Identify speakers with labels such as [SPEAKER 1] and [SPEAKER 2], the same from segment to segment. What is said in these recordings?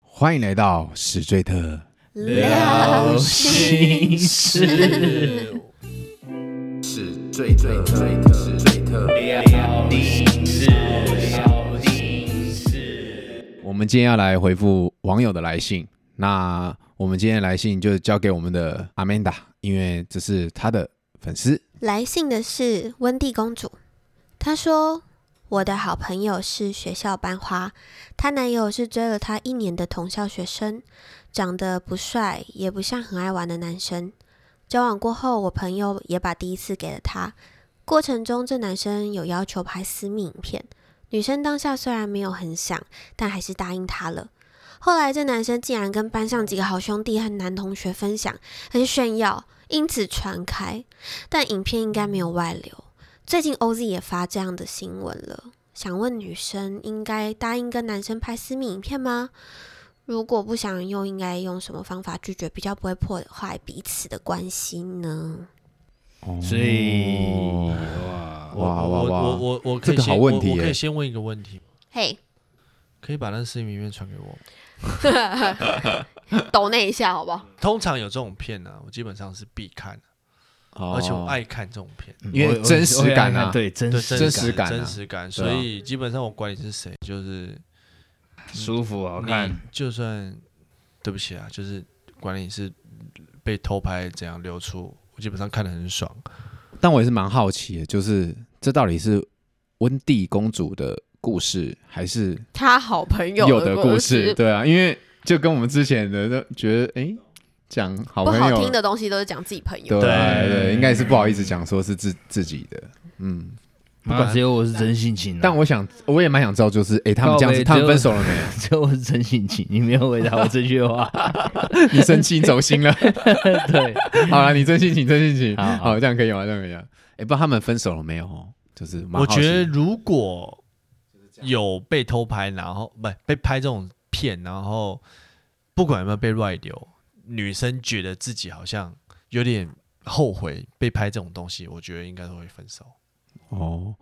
[SPEAKER 1] 欢迎来到史最特。
[SPEAKER 2] 聊心事，
[SPEAKER 1] 史最特，最特，史最特。
[SPEAKER 2] 聊心事，聊心事。
[SPEAKER 1] 我们今天要来回复网友的来信。那我们今天的来信就交给我们的 Amanda，因为这是她的粉丝。
[SPEAKER 3] 来信的是温蒂公主，她说：“我的好朋友是学校班花，她男友是追了她一年的同校学生，长得不帅，也不像很爱玩的男生。交往过后，我朋友也把第一次给了她。过程中，这男生有要求拍私密影片，女生当下虽然没有很想，但还是答应他了。”后来，这男生竟然跟班上几个好兄弟和男同学分享，很炫耀，因此传开。但影片应该没有外流。最近 OZ 也发这样的新闻了，想问女生应该答应跟男生拍私密影片吗？如果不想用，应该用什么方法拒绝，比较不会破坏彼此的关系呢？
[SPEAKER 2] 所以
[SPEAKER 1] 哇哇
[SPEAKER 2] 哦啊我
[SPEAKER 1] 哇哇！
[SPEAKER 2] 我我我我可以
[SPEAKER 1] 这个好
[SPEAKER 2] 先
[SPEAKER 1] 问题
[SPEAKER 2] 我我可
[SPEAKER 1] 耶
[SPEAKER 2] 以先问一个问题吗，
[SPEAKER 3] 嘿，
[SPEAKER 2] 可以把那视频片传给我吗。
[SPEAKER 3] 抖那一下好不好？
[SPEAKER 2] 通常有这种片呢、啊，我基本上是必看的，
[SPEAKER 1] 哦
[SPEAKER 2] 而且我爱看这种片，
[SPEAKER 1] 因为真实感啊
[SPEAKER 4] 嗯我我对真
[SPEAKER 2] 对
[SPEAKER 1] 真
[SPEAKER 4] 实
[SPEAKER 2] 真
[SPEAKER 1] 实感啊
[SPEAKER 2] 真实感。所以基本上我管你是谁，就是
[SPEAKER 4] 舒服好
[SPEAKER 2] 你
[SPEAKER 4] 看，
[SPEAKER 2] 就算对不起啊，就是管你是被偷拍怎样流出，我基本上看得很爽。
[SPEAKER 1] 但我也是蛮好奇的，就是这到底是温蒂公主的故事，还是
[SPEAKER 3] 他好朋友
[SPEAKER 1] 有的故事？，对啊，因为就跟我们之前的都觉得，哎，讲好朋友
[SPEAKER 3] 的东西都是讲自己朋
[SPEAKER 1] 对
[SPEAKER 4] 对
[SPEAKER 1] 对，应该也是不好意思讲说是自自己的，嗯。
[SPEAKER 4] 不管只有我是真性情啊，
[SPEAKER 1] 但我想，我也蛮想知道，就是哎，他们这样子，他
[SPEAKER 4] 靠北
[SPEAKER 1] 们分手 了没？
[SPEAKER 4] 只有我是真性情，你没有回答我这 句话，
[SPEAKER 1] 你生气，你走心了。
[SPEAKER 4] 对，
[SPEAKER 1] 好了，你真性情，真性情。
[SPEAKER 4] 好好
[SPEAKER 1] 好，这样可以吗？这样可以吗？哎，不知道他们分手了没有哦？就是蛮
[SPEAKER 2] 我
[SPEAKER 1] 好奇
[SPEAKER 2] 觉得如果有被偷拍，然后不被拍这种片，然后不管有没有被外流，女生觉得自己好像有点后悔被拍这种东西，我觉得应该都会分手。
[SPEAKER 1] 哦，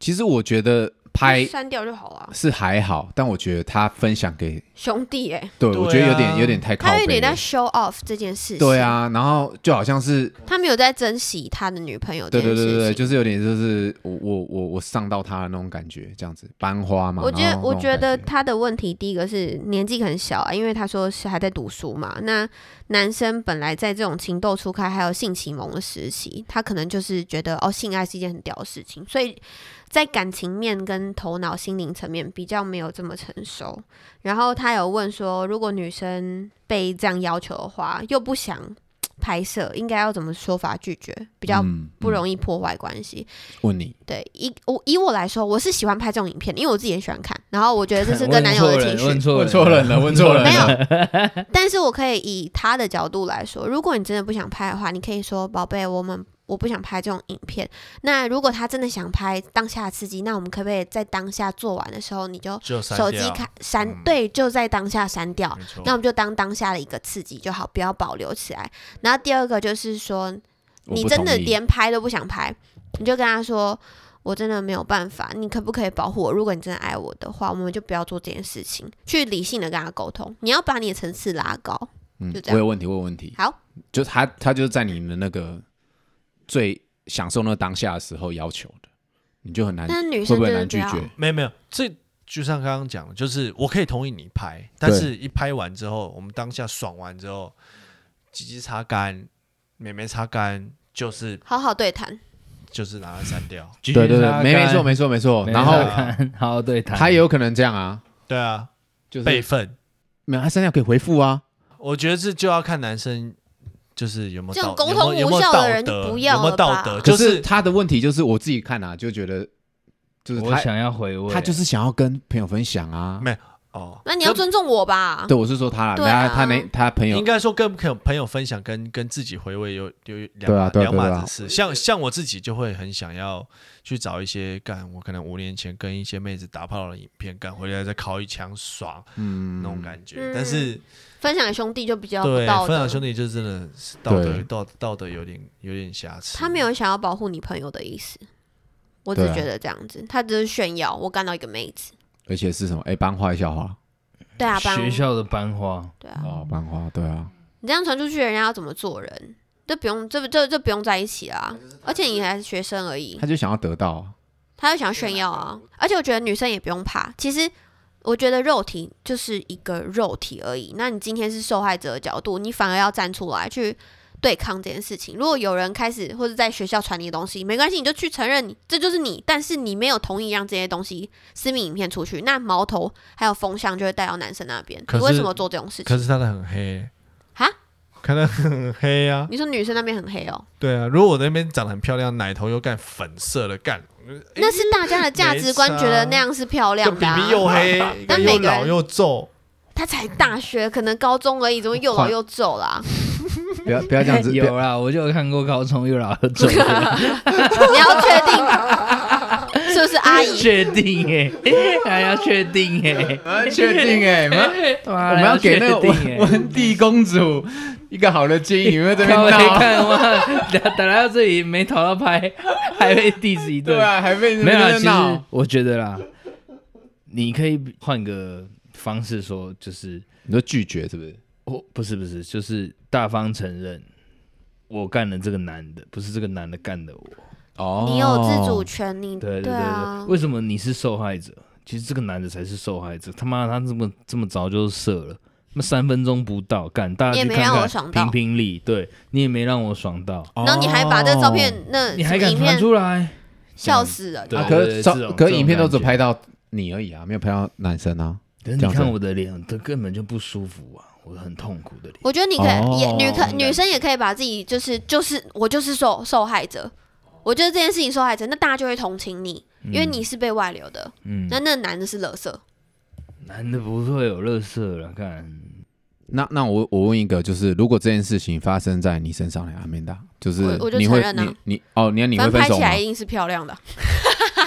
[SPEAKER 1] 其实我觉得拍呃
[SPEAKER 3] 删掉就好了。
[SPEAKER 1] 是还好，但我觉得他分享给
[SPEAKER 3] 兄弟、欸，
[SPEAKER 1] 对
[SPEAKER 2] 对啊
[SPEAKER 1] 我觉得有点有点太靠
[SPEAKER 3] 他有
[SPEAKER 1] 背
[SPEAKER 3] 点在
[SPEAKER 1] 了。
[SPEAKER 3] show off 这件事情。
[SPEAKER 1] 对，啊，然后就好像是
[SPEAKER 3] 他没有在珍惜他的女朋友这
[SPEAKER 1] 对
[SPEAKER 3] 件
[SPEAKER 1] 对
[SPEAKER 3] 事情。
[SPEAKER 1] 对对对，就是有点就是我我我我上到他的那种感觉，这样子班花嘛。
[SPEAKER 3] 我觉
[SPEAKER 1] 然
[SPEAKER 3] 得，
[SPEAKER 1] 后
[SPEAKER 3] 我
[SPEAKER 1] 那种
[SPEAKER 3] 觉得
[SPEAKER 1] 感
[SPEAKER 3] 他的问题第一个是年纪很小啊，因为他说是还在读书嘛。那男生本来在这种情窦初开还有性启蒙的时期，他可能就是觉得哦，性爱是一件很屌的事情，所以在感情面跟头脑、心灵层面比较没有这么成熟。然后他有问说，如果女生被这样要求的话，又不想拍摄，应该要怎么说法拒绝，比较
[SPEAKER 1] 嗯
[SPEAKER 3] 不
[SPEAKER 1] 嗯
[SPEAKER 3] 容易破坏关系？
[SPEAKER 1] 问你，
[SPEAKER 3] 对，以我以我来说，我是喜欢拍这种影片的，因为我自己也喜欢看，然后我觉得这是跟
[SPEAKER 4] 问
[SPEAKER 3] 男友的
[SPEAKER 4] 错
[SPEAKER 3] 情
[SPEAKER 4] 人 问
[SPEAKER 3] 绪。
[SPEAKER 4] 错
[SPEAKER 1] 问错人了问 错人
[SPEAKER 3] 没
[SPEAKER 1] 了
[SPEAKER 3] 有，但是我可以以他的角度来说，如果你真的不想拍的话，你可以说：“宝贝，我们我不想拍这种影片。”那如果他真的想拍当下的刺激，那我们可不可以在当下做完的时候，你就
[SPEAKER 2] 只有删
[SPEAKER 3] 手
[SPEAKER 2] 掉
[SPEAKER 3] 机开删？
[SPEAKER 2] 嗯
[SPEAKER 3] 对，就在当下删掉。
[SPEAKER 2] 没错
[SPEAKER 3] 那我们就当当下的一个刺激就好，不要保留起来。然后第二个就是说，
[SPEAKER 1] 我
[SPEAKER 3] 你
[SPEAKER 1] 不
[SPEAKER 3] 真
[SPEAKER 1] 同
[SPEAKER 3] 的
[SPEAKER 1] 意
[SPEAKER 3] 连拍都不想拍，你就跟他说：“我真的没有办法，你可不可以保护我？如果你真的爱我的话，我们就不要做这件事情。”去理性的跟他沟通，你要把你的层次拉高。
[SPEAKER 1] 嗯
[SPEAKER 3] 就这，样
[SPEAKER 1] 我有问题，我有问题。
[SPEAKER 3] 好，
[SPEAKER 1] 就他他就是在你们那个最享受那个当下的时候要求的，你就很难
[SPEAKER 3] 但是女
[SPEAKER 1] 会
[SPEAKER 3] 生
[SPEAKER 1] 不会
[SPEAKER 3] 真
[SPEAKER 1] 很
[SPEAKER 3] 的
[SPEAKER 1] 难
[SPEAKER 3] 不
[SPEAKER 1] 拒
[SPEAKER 3] 要
[SPEAKER 1] 绝？
[SPEAKER 2] 没有没有，这就像刚刚讲的，就是我可以同意你拍，但是一拍完之后，我们当下爽完之后，鸡鸡擦干，美眉擦干，就是
[SPEAKER 3] 好好对谈，
[SPEAKER 2] 就是拿它删掉。
[SPEAKER 4] 对
[SPEAKER 1] 对对对，没没错没错没错。然后
[SPEAKER 4] 看好好对谈，
[SPEAKER 1] 他也有可能这样啊，
[SPEAKER 2] 对啊，
[SPEAKER 1] 就是
[SPEAKER 2] 备份。
[SPEAKER 1] 没有他删掉可以回复啊，
[SPEAKER 2] 我觉得这就要看男生就是有没有
[SPEAKER 3] 这
[SPEAKER 2] 道
[SPEAKER 3] 种沟通
[SPEAKER 2] 有没有
[SPEAKER 3] 无效的人
[SPEAKER 2] 有
[SPEAKER 3] 就不
[SPEAKER 2] 没有道德
[SPEAKER 3] 要
[SPEAKER 2] 有没有道
[SPEAKER 3] 了
[SPEAKER 2] 德，
[SPEAKER 3] 吧
[SPEAKER 2] 就
[SPEAKER 1] 可
[SPEAKER 2] 是
[SPEAKER 1] 是他的问题就是我自己看啊，就觉得就是
[SPEAKER 4] 我
[SPEAKER 1] 他
[SPEAKER 4] 想要回味，
[SPEAKER 1] 他就是想要跟朋友分享啊。
[SPEAKER 2] 哦，
[SPEAKER 3] 那你要
[SPEAKER 2] 跟
[SPEAKER 3] 尊重我吧。
[SPEAKER 1] 对，我是说他啦，
[SPEAKER 3] 对啊
[SPEAKER 1] 他他那他朋友
[SPEAKER 2] 应该说跟朋友朋友分享跟跟自己回味有有两
[SPEAKER 1] 对啊
[SPEAKER 2] 码
[SPEAKER 1] 对啊
[SPEAKER 2] 两
[SPEAKER 1] 对啊
[SPEAKER 2] 码子事。像像我自己就会很想要去找一些干，我可能五年前跟一些妹子打炮的影片，干回来再烤一枪爽
[SPEAKER 1] 嗯
[SPEAKER 2] 那种感觉。
[SPEAKER 3] 嗯
[SPEAKER 2] 但是
[SPEAKER 3] 分享给兄弟就比较不
[SPEAKER 2] 对
[SPEAKER 3] 道
[SPEAKER 2] 分享
[SPEAKER 3] 德。
[SPEAKER 2] 兄弟就真的是道德
[SPEAKER 1] 对
[SPEAKER 2] 道道德有点有点瑕疵。
[SPEAKER 3] 他没有想要保护你朋友的意思，我只
[SPEAKER 1] 对啊
[SPEAKER 3] 觉得这样子，他只是炫耀我干到一个妹子。
[SPEAKER 1] 而且是什么？哎，班花笑话，
[SPEAKER 3] 对啊，班
[SPEAKER 4] 学校的班花，
[SPEAKER 3] 对啊，
[SPEAKER 1] 哦，班花，对啊，
[SPEAKER 3] 你这样传出去，人家要怎么做人？这不用，这不这这不用在一起啦。而且你还是学生而已
[SPEAKER 1] 他，就想要得到啊，
[SPEAKER 3] 他就想炫耀啊。而且我觉得女生也不用怕，其实我觉得肉体就是一个肉体而已。那你今天是受害者的角度，你反而要站出来去对抗这件事情。如果有人开始或者在学校传你的东西，没关系，你就去承认你这就是你，但是你没有同意让这些东西私密影片出去，那矛头还有风向就会带到男生那边。
[SPEAKER 2] 可
[SPEAKER 3] 你
[SPEAKER 2] 是
[SPEAKER 3] 为什么做这种事
[SPEAKER 2] 可
[SPEAKER 3] 情？
[SPEAKER 2] 是他的很黑，
[SPEAKER 3] 哈，
[SPEAKER 2] 看他很黑啊，
[SPEAKER 3] 你说女生那边很黑哦，
[SPEAKER 2] 对啊，如果我那边长得很漂亮，奶头又干粉色的干，
[SPEAKER 3] 那是大家的价值观，
[SPEAKER 2] 没差
[SPEAKER 3] 觉得那样是漂
[SPEAKER 2] 这
[SPEAKER 3] 亮
[SPEAKER 2] 比
[SPEAKER 3] 的、啊。
[SPEAKER 2] 比 又黑，
[SPEAKER 3] 但
[SPEAKER 2] 又
[SPEAKER 3] 每个人
[SPEAKER 2] 老又皱，
[SPEAKER 3] 他才大学，可能高中而已，怎么又老又皱啦？
[SPEAKER 1] 不要不要这样子，不要
[SPEAKER 4] 有啊啦，我就有看过高中又老又走 的，
[SPEAKER 3] 你要确定 是不是阿姨？
[SPEAKER 4] 确定哎、还要确定哎、
[SPEAKER 1] 啊确定哎、我们
[SPEAKER 4] 欸，我
[SPEAKER 1] 我们要给那个
[SPEAKER 4] 定
[SPEAKER 1] 温
[SPEAKER 4] 哎、
[SPEAKER 1] 温蒂公主一个好的建议，你 们这边
[SPEAKER 4] 看我
[SPEAKER 1] 闹，
[SPEAKER 4] 看哇，打打来到这里没讨到拍，还被 diss 一顿。
[SPEAKER 1] 对啊，还被你
[SPEAKER 4] 没
[SPEAKER 1] 们
[SPEAKER 4] 有啦，
[SPEAKER 1] 在
[SPEAKER 4] 其
[SPEAKER 1] 闹
[SPEAKER 4] 实，我觉得啦，你可以换个方式说，就是
[SPEAKER 1] 你说拒绝是不是？
[SPEAKER 4] 哦，不是不是，就是大方承认我干了这个男的，不是这个男的干的我。
[SPEAKER 1] 哦，
[SPEAKER 3] 你有自主权，你
[SPEAKER 4] 对对对对，
[SPEAKER 3] 啊，
[SPEAKER 4] 为什么你是受害者？其实这个男的才是受害者。他妈的，他这么这么早就射了，那三分钟不到，干大
[SPEAKER 3] 你也
[SPEAKER 4] 家去
[SPEAKER 3] 没
[SPEAKER 4] 看
[SPEAKER 3] 让我
[SPEAKER 4] 看
[SPEAKER 3] 爽到
[SPEAKER 4] 评评理，对你也没让我爽到，
[SPEAKER 1] 哦，
[SPEAKER 3] 然后你还把这照片那
[SPEAKER 4] 哦你还敢
[SPEAKER 3] 影
[SPEAKER 4] 传
[SPEAKER 3] 片
[SPEAKER 4] 出来？
[SPEAKER 3] 笑死人，
[SPEAKER 4] 哦对
[SPEAKER 1] 啊，可是照
[SPEAKER 4] 这种
[SPEAKER 1] 可
[SPEAKER 4] 这
[SPEAKER 1] 是
[SPEAKER 4] 种
[SPEAKER 1] 影片都只
[SPEAKER 4] 感觉
[SPEAKER 1] 拍到你而已啊，没有拍到男生啊。
[SPEAKER 4] 可是
[SPEAKER 1] 这
[SPEAKER 4] 你
[SPEAKER 1] 样子
[SPEAKER 4] 看我的脸，这根本就不舒服啊，我很痛苦的脸。
[SPEAKER 3] 我觉得你可
[SPEAKER 1] 哦
[SPEAKER 3] 以，也女可
[SPEAKER 4] 应该
[SPEAKER 3] 女生也可以把自己就是就是我就是受受害者，我觉得这件事情受害者，那大家就会同情你，因为你是被外流的，
[SPEAKER 4] 嗯，
[SPEAKER 3] 那那男的是垃圾，
[SPEAKER 4] 男的不会有乐色了，看
[SPEAKER 1] 那那我我问一个，就是如果这件事情发生在你身上呢，阿明达，就是
[SPEAKER 3] 我我就
[SPEAKER 1] 你会
[SPEAKER 3] 承认啊
[SPEAKER 1] 你你哦，你你
[SPEAKER 3] 反
[SPEAKER 1] 会分
[SPEAKER 3] 正拍
[SPEAKER 1] 手
[SPEAKER 3] 起
[SPEAKER 1] 吗
[SPEAKER 3] 来？一定是漂亮的。啊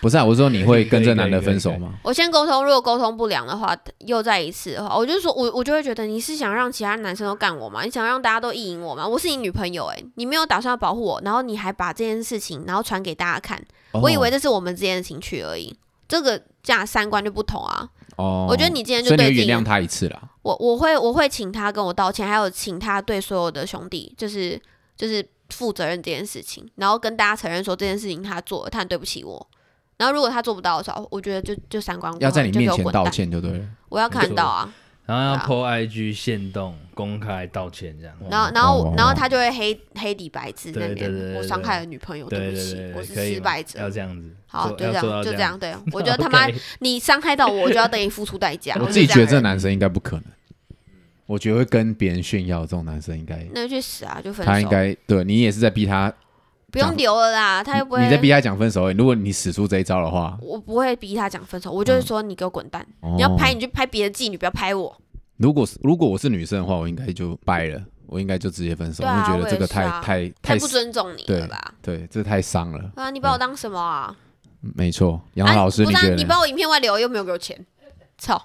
[SPEAKER 1] 不是啊，我说你会跟
[SPEAKER 4] 可以可
[SPEAKER 1] 这
[SPEAKER 4] 以
[SPEAKER 1] 男的
[SPEAKER 4] 可以
[SPEAKER 1] 分手
[SPEAKER 4] 可以
[SPEAKER 1] 吗？
[SPEAKER 3] 我先沟通，如果沟通不良的话，又再一次的话，我就说我我就会觉得你是想让其他男生都干我吗？你想让大家都意淫我吗？我是你女朋友诶、欸你没有打算要保护我，然后你还把这件事情然后传给大家看，
[SPEAKER 1] 哦
[SPEAKER 3] 我以为这是我们之间的情趣而已，这个这样三观就不同啊。
[SPEAKER 1] 哦，
[SPEAKER 3] 我觉得你今天就
[SPEAKER 1] 所以你
[SPEAKER 3] 对
[SPEAKER 1] 会
[SPEAKER 3] 自己嗯
[SPEAKER 1] 原谅他一次啦。
[SPEAKER 3] 我我会我会请他跟我道歉，还有请他对所有的兄弟，就是就是负责任这件事情，然后跟大家承认说这件事情他做了，他很对不起我。然后如果他做不到的时候，我觉得就就三观不合
[SPEAKER 1] 要在你
[SPEAKER 3] 就给
[SPEAKER 1] 面
[SPEAKER 3] 我
[SPEAKER 1] 前
[SPEAKER 3] 滚
[SPEAKER 1] 道
[SPEAKER 3] 蛋
[SPEAKER 1] 歉就对了。
[SPEAKER 3] 我要看到啊。
[SPEAKER 4] 然后要
[SPEAKER 3] 对啊
[SPEAKER 4] po IG 限动公开道歉这样。
[SPEAKER 3] 然后，然后
[SPEAKER 1] 哦
[SPEAKER 3] 我，然后他就会黑黑底白字
[SPEAKER 4] 对
[SPEAKER 3] 那
[SPEAKER 4] 对对
[SPEAKER 3] 边，
[SPEAKER 4] 对
[SPEAKER 3] 我伤害了女朋友，
[SPEAKER 4] 对
[SPEAKER 3] 不
[SPEAKER 4] 对
[SPEAKER 3] 起
[SPEAKER 4] 对，，
[SPEAKER 3] 我
[SPEAKER 4] 对
[SPEAKER 3] 是
[SPEAKER 4] 可以
[SPEAKER 3] 失败
[SPEAKER 4] 要
[SPEAKER 3] 者。
[SPEAKER 4] 这样子，
[SPEAKER 3] 好，就
[SPEAKER 4] 做
[SPEAKER 3] 这
[SPEAKER 4] 要
[SPEAKER 3] 样
[SPEAKER 4] 做到，
[SPEAKER 3] 就
[SPEAKER 4] 这
[SPEAKER 3] 这样。 对我觉得他妈
[SPEAKER 4] OK
[SPEAKER 3] 你伤害到我，我就要等你付出代价。
[SPEAKER 1] 我
[SPEAKER 3] 是
[SPEAKER 1] 自己觉得
[SPEAKER 3] 这
[SPEAKER 1] 这
[SPEAKER 3] 样的人
[SPEAKER 1] 男生应该不可能，我觉得会跟别人炫耀这种男生应该，
[SPEAKER 3] 那就去死啊，就分
[SPEAKER 1] 他应
[SPEAKER 3] 手，
[SPEAKER 1] 该对你也是在逼他，
[SPEAKER 3] 不用留了啦，他又不
[SPEAKER 1] 你在逼
[SPEAKER 3] 会。
[SPEAKER 1] 他讲分手而已。如果你使出这一招的话，
[SPEAKER 3] 我不会逼他讲分手，我就会说你给我滚蛋！
[SPEAKER 1] 哦
[SPEAKER 3] 你要拍你去拍别的妓女，不要拍我。
[SPEAKER 1] 如果是如果我是女生的话，我应该就掰了，我应该就直接分手，
[SPEAKER 3] 对啊
[SPEAKER 1] 我会觉
[SPEAKER 3] 我
[SPEAKER 1] 得
[SPEAKER 3] 也
[SPEAKER 1] 这个
[SPEAKER 3] 是
[SPEAKER 1] 太
[SPEAKER 3] 啊
[SPEAKER 1] 太
[SPEAKER 3] 太
[SPEAKER 1] 太
[SPEAKER 3] 不尊重你了吧？
[SPEAKER 1] 对，这太伤了。
[SPEAKER 3] 对啊，你把我当什么啊？
[SPEAKER 1] 嗯没错，杨
[SPEAKER 3] 啊
[SPEAKER 1] 老师，
[SPEAKER 3] 不
[SPEAKER 1] 你
[SPEAKER 3] 是啊
[SPEAKER 1] 觉得
[SPEAKER 3] 你
[SPEAKER 1] 呢？
[SPEAKER 3] 把我影片外流，又没有给我钱，操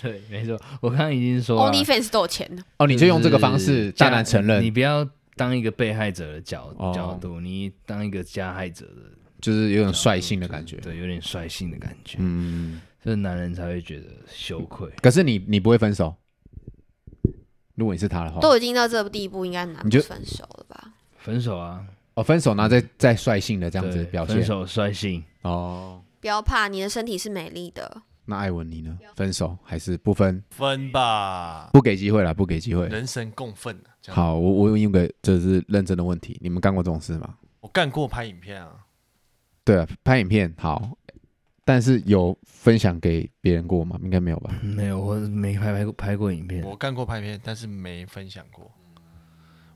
[SPEAKER 4] 对，没错，我刚刚已经说了，
[SPEAKER 3] ！OnlyFans 都有钱的，
[SPEAKER 1] 哦，你就用这个方式
[SPEAKER 4] 是
[SPEAKER 1] 大胆承
[SPEAKER 4] 你
[SPEAKER 1] 认，
[SPEAKER 4] 不要当一个被害者的角
[SPEAKER 1] 哦
[SPEAKER 4] 角度，你当一个加害者的，
[SPEAKER 1] 就是有种率性的感觉。
[SPEAKER 4] 对，有点率性的感觉，
[SPEAKER 1] 嗯，
[SPEAKER 4] 这男人才会觉得羞愧。
[SPEAKER 1] 可是你你不会分手，如果你是他的话，
[SPEAKER 3] 都已经到这个地步，应该难
[SPEAKER 1] 你
[SPEAKER 3] 不
[SPEAKER 1] 就
[SPEAKER 3] 分手了吧？
[SPEAKER 4] 分手啊，
[SPEAKER 1] 哦，分手然后再再率性的这样子
[SPEAKER 4] 对
[SPEAKER 1] 表
[SPEAKER 4] 分
[SPEAKER 1] 现。
[SPEAKER 4] 手率性，
[SPEAKER 1] 哦，
[SPEAKER 3] 不要怕，你的身体是美丽的。
[SPEAKER 1] 那艾文你呢？分手还是不分？
[SPEAKER 2] 分吧，
[SPEAKER 1] 不给机会了，不给机会。
[SPEAKER 2] 人神共愤啊！这样，
[SPEAKER 1] 好，我我问一个就是认真的问题，你们干过这种事吗？
[SPEAKER 2] 我干过拍影片啊，
[SPEAKER 1] 对啊，拍影片好，但是有分享给别人过吗？应该没有吧？
[SPEAKER 4] 嗯没有，我没拍拍过拍过影片，
[SPEAKER 2] 我干过拍影片，但是没分享过。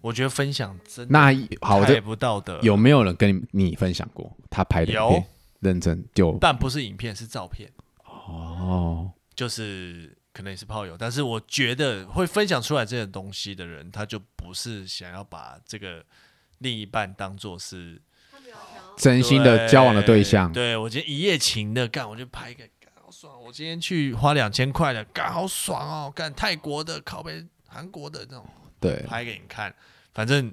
[SPEAKER 2] 我觉得分享真的
[SPEAKER 1] 那好，我
[SPEAKER 2] 太
[SPEAKER 1] 这
[SPEAKER 2] 不道德，
[SPEAKER 1] 有没有人跟你你分享过他拍的影
[SPEAKER 2] 有
[SPEAKER 1] 片？，认真就
[SPEAKER 2] 但不是影片，是照片，
[SPEAKER 1] 哦，
[SPEAKER 2] 就是可能也是炮友，但是我觉得会分享出来这些东西的人，他就不是想要把这个另一半当做是
[SPEAKER 1] 真心的交往的对象，
[SPEAKER 2] 对我今天一夜情的干，我就拍一个，干好爽！我今天去花两千块的，干好爽哦！干泰国的、靠北韩国的那种，
[SPEAKER 1] 对，
[SPEAKER 2] 拍给你看。反正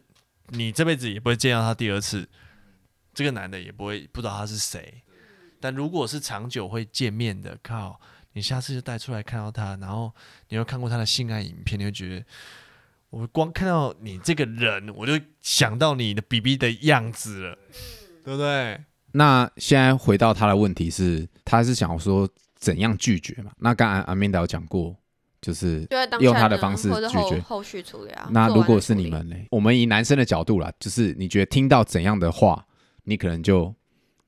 [SPEAKER 2] 你这辈子也不会见到他第二次，这个男的也不会不知道他是谁。但如果是长久会见面的，靠，你下次就带出来看到他，然后你又看过他的性爱影片，你会觉得，我光看到你这个人，我就想到你的 BB 的样子了，对不对？
[SPEAKER 1] 那现在回到他的问题是，他是想说怎样拒绝嘛？那刚才阿明导讲过，就是
[SPEAKER 3] 就在当
[SPEAKER 1] 用
[SPEAKER 3] 下
[SPEAKER 1] 他的
[SPEAKER 3] 呢
[SPEAKER 1] 方式
[SPEAKER 3] 或者
[SPEAKER 1] 拒
[SPEAKER 3] 后
[SPEAKER 1] 绝
[SPEAKER 3] 后续处理啊。
[SPEAKER 1] 那
[SPEAKER 3] 做
[SPEAKER 1] 如
[SPEAKER 3] 完
[SPEAKER 1] 果
[SPEAKER 3] 再
[SPEAKER 1] 是
[SPEAKER 3] 处
[SPEAKER 1] 你
[SPEAKER 3] 理
[SPEAKER 1] 们呢？我们以男生的角度啦，就是你觉得听到怎样的话，你可能就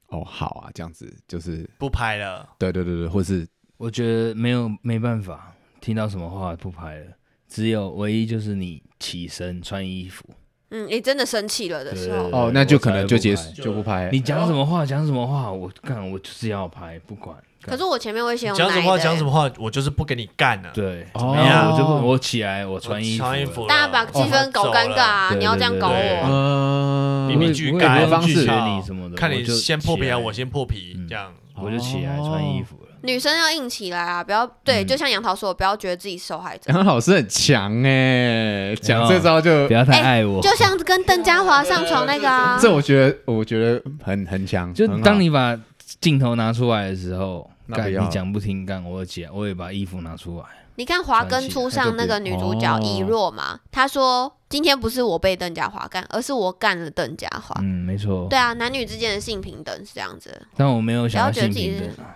[SPEAKER 1] 哦好啊，这样子就是
[SPEAKER 2] 不拍了，
[SPEAKER 1] 对对对对，或是
[SPEAKER 4] 我觉得没有没办法，听到什么话不拍了，只有唯一就是你起身穿衣服，
[SPEAKER 3] 嗯，你真的生气了的时候
[SPEAKER 4] 对，
[SPEAKER 1] 哦，那就可能就
[SPEAKER 4] 我才
[SPEAKER 1] 结
[SPEAKER 4] 会不
[SPEAKER 1] 束
[SPEAKER 4] 拍
[SPEAKER 1] 就不拍。
[SPEAKER 4] 你讲什么话讲什么话，我干我就是要拍，不管。
[SPEAKER 3] 可是我前面会先用
[SPEAKER 2] 讲什么话
[SPEAKER 3] 奶的
[SPEAKER 2] 讲什么话，我就是不跟你干了。
[SPEAKER 4] 对，
[SPEAKER 1] 哦
[SPEAKER 4] 怎么样？我就不我起来，我
[SPEAKER 2] 我
[SPEAKER 4] 穿衣服了，啊
[SPEAKER 2] 穿衣服了，
[SPEAKER 3] 大家把气氛搞尴尬
[SPEAKER 2] 哦。
[SPEAKER 3] 啊！
[SPEAKER 4] 对
[SPEAKER 3] 你要这样搞
[SPEAKER 2] 对对
[SPEAKER 3] 我，
[SPEAKER 1] 呃
[SPEAKER 2] 明明
[SPEAKER 4] 我
[SPEAKER 2] 拒
[SPEAKER 4] 我也
[SPEAKER 2] 改
[SPEAKER 4] 不用
[SPEAKER 1] 方
[SPEAKER 4] 拒
[SPEAKER 1] 式
[SPEAKER 4] 绝你什么的，
[SPEAKER 2] 看
[SPEAKER 4] 我
[SPEAKER 2] 你
[SPEAKER 4] 就
[SPEAKER 2] 先破
[SPEAKER 4] 起
[SPEAKER 2] 皮啊，
[SPEAKER 4] 来
[SPEAKER 2] 我先破皮，
[SPEAKER 4] 嗯
[SPEAKER 2] 这样
[SPEAKER 4] 我就起来穿衣服了。
[SPEAKER 3] 女生要硬起来啊！不要对，
[SPEAKER 4] 嗯
[SPEAKER 3] 就像杨桃说，不要觉得自己受 害者。
[SPEAKER 1] 杨啊老师很强哎，讲这招就
[SPEAKER 4] 不要
[SPEAKER 3] 哎
[SPEAKER 4] 太爱我，
[SPEAKER 5] 就像跟邓家华上床那个啊，
[SPEAKER 1] 这，我觉得我觉得很很强。
[SPEAKER 4] 就
[SPEAKER 1] 很好
[SPEAKER 4] 当你把镜头拿出来的时候，
[SPEAKER 1] 那不
[SPEAKER 4] 干
[SPEAKER 1] 要
[SPEAKER 4] 你讲不听，干我起来，我也把衣服拿出来。
[SPEAKER 3] 你看《华根初上》那个女主角
[SPEAKER 4] 哦
[SPEAKER 3] 以若嘛，她说今天不是我被邓家华干，而是我干了邓家华。
[SPEAKER 4] 嗯，没错
[SPEAKER 3] 对。啊，男女之间的性平等是这样子，
[SPEAKER 4] 但我没有想要
[SPEAKER 3] 不要觉
[SPEAKER 4] 性
[SPEAKER 3] 得自己
[SPEAKER 4] 平 等啊，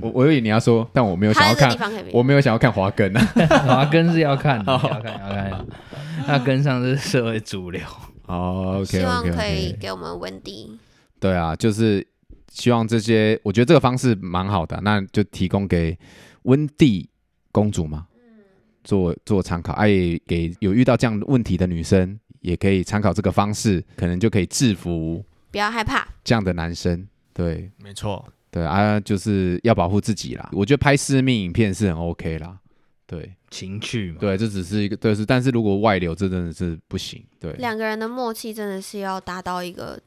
[SPEAKER 1] 我我以为你要说，但我没有想
[SPEAKER 3] 他
[SPEAKER 1] 要
[SPEAKER 3] 这个地
[SPEAKER 1] 看，
[SPEAKER 3] 方可以平
[SPEAKER 1] 我没有想要看华根啊。
[SPEAKER 4] 华哦根是要看的，要看要看，要跟上这社会主流。
[SPEAKER 1] 哦，OK
[SPEAKER 3] 希望
[SPEAKER 1] OK
[SPEAKER 3] 可以
[SPEAKER 1] OK，
[SPEAKER 3] 给我们温蒂。
[SPEAKER 1] 对啊，就是希望这些，我觉得这个方式蛮好的，啊那就提供给温蒂公主嘛，做做参考，哎、也给有遇到这样问题的女生也可以参考这个方式，可能就可以制服
[SPEAKER 3] 不要害怕，
[SPEAKER 1] 这样的男生。对
[SPEAKER 2] 没错。
[SPEAKER 1] 对啊，就是要保护自己啦。我觉得拍私密影片是很 OK 啦。对
[SPEAKER 4] 情趣嘛，
[SPEAKER 1] 对，这只是一个对是，但是如果外流，这真的是不行。对
[SPEAKER 3] 两个人的默契真的是要达到一个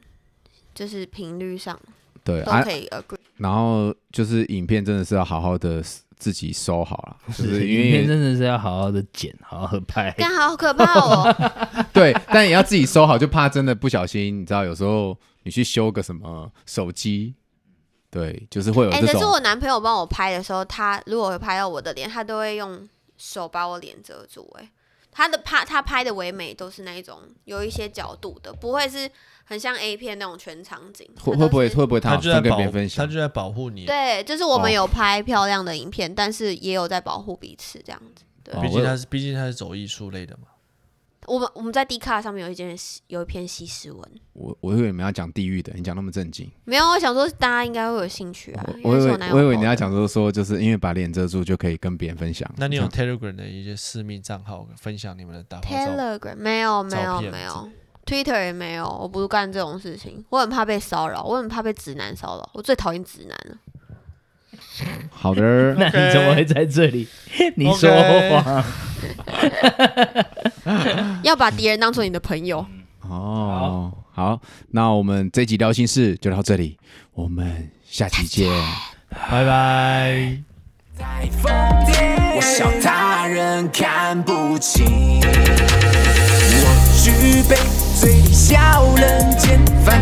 [SPEAKER 3] 就是频率上
[SPEAKER 1] 对
[SPEAKER 3] 都
[SPEAKER 1] 啊，
[SPEAKER 3] 可以 agree。
[SPEAKER 1] 然后就是影片真的是要好好的自己收好 了，就是因
[SPEAKER 4] 影片
[SPEAKER 1] 为
[SPEAKER 4] 真的是要好好的剪，好好的拍。
[SPEAKER 3] 干好可怕哦！
[SPEAKER 1] 对，但也要自己收好，就怕真的不小心，你知道，有时候你去修个什么手机，对，就是会有
[SPEAKER 3] 哎、
[SPEAKER 1] 这
[SPEAKER 3] 可是
[SPEAKER 1] 种
[SPEAKER 3] 我男朋友帮我拍的时候，他如果有拍到我的脸，他都会用手把我脸遮住、哎，他的拍他拍的唯美都是那一种有一些角度的，不会是很像 A 片那种全场景。
[SPEAKER 1] 会
[SPEAKER 3] 他都
[SPEAKER 1] 会不会
[SPEAKER 3] 是
[SPEAKER 1] 会不会
[SPEAKER 2] 他
[SPEAKER 1] 好
[SPEAKER 2] 就
[SPEAKER 1] 像跟
[SPEAKER 2] 在保
[SPEAKER 1] 别人分，
[SPEAKER 2] 他
[SPEAKER 1] 享？
[SPEAKER 2] 就在保护你。
[SPEAKER 3] 对，就是我们
[SPEAKER 1] 哦
[SPEAKER 3] 有拍漂亮的影片，但是也有在保护彼此这样子。对，
[SPEAKER 4] 啊
[SPEAKER 1] 哦
[SPEAKER 2] 毕
[SPEAKER 1] 我
[SPEAKER 2] 竟他是，毕竟他是走艺术类的嘛。
[SPEAKER 3] 我们我们在 D 卡上面有一件有一篇西施文，
[SPEAKER 1] 我我以为你们要讲地狱的，你讲那么正经，
[SPEAKER 3] 没有，我想说大家应该会有兴趣啊。因
[SPEAKER 1] 我我以
[SPEAKER 3] 是
[SPEAKER 1] 为
[SPEAKER 3] 我男友
[SPEAKER 1] 我以为你
[SPEAKER 3] 抛
[SPEAKER 1] 要
[SPEAKER 3] 的
[SPEAKER 1] 讲说说就是因为把脸遮住就可以跟别人分享，
[SPEAKER 2] 那你有
[SPEAKER 1] 这样
[SPEAKER 2] Telegram 的一些私密账号分享你们的打炮照片？
[SPEAKER 3] Telegram 没有没有
[SPEAKER 2] 照片
[SPEAKER 3] 没有，Twitter 也没有，我不干这种事情，我很怕被骚扰，我很怕被直男骚扰，我最讨厌直男了。
[SPEAKER 1] 好 的，
[SPEAKER 4] 那 你怎么会在这里？ 你说
[SPEAKER 2] OK
[SPEAKER 4] 话
[SPEAKER 3] 要把敌人当做你的朋友，
[SPEAKER 1] 哦，好，那我们这集聊心事就到这里，我们下期见。
[SPEAKER 4] 拜拜。
[SPEAKER 6] 我笑他人看不清。我具备最低效能减法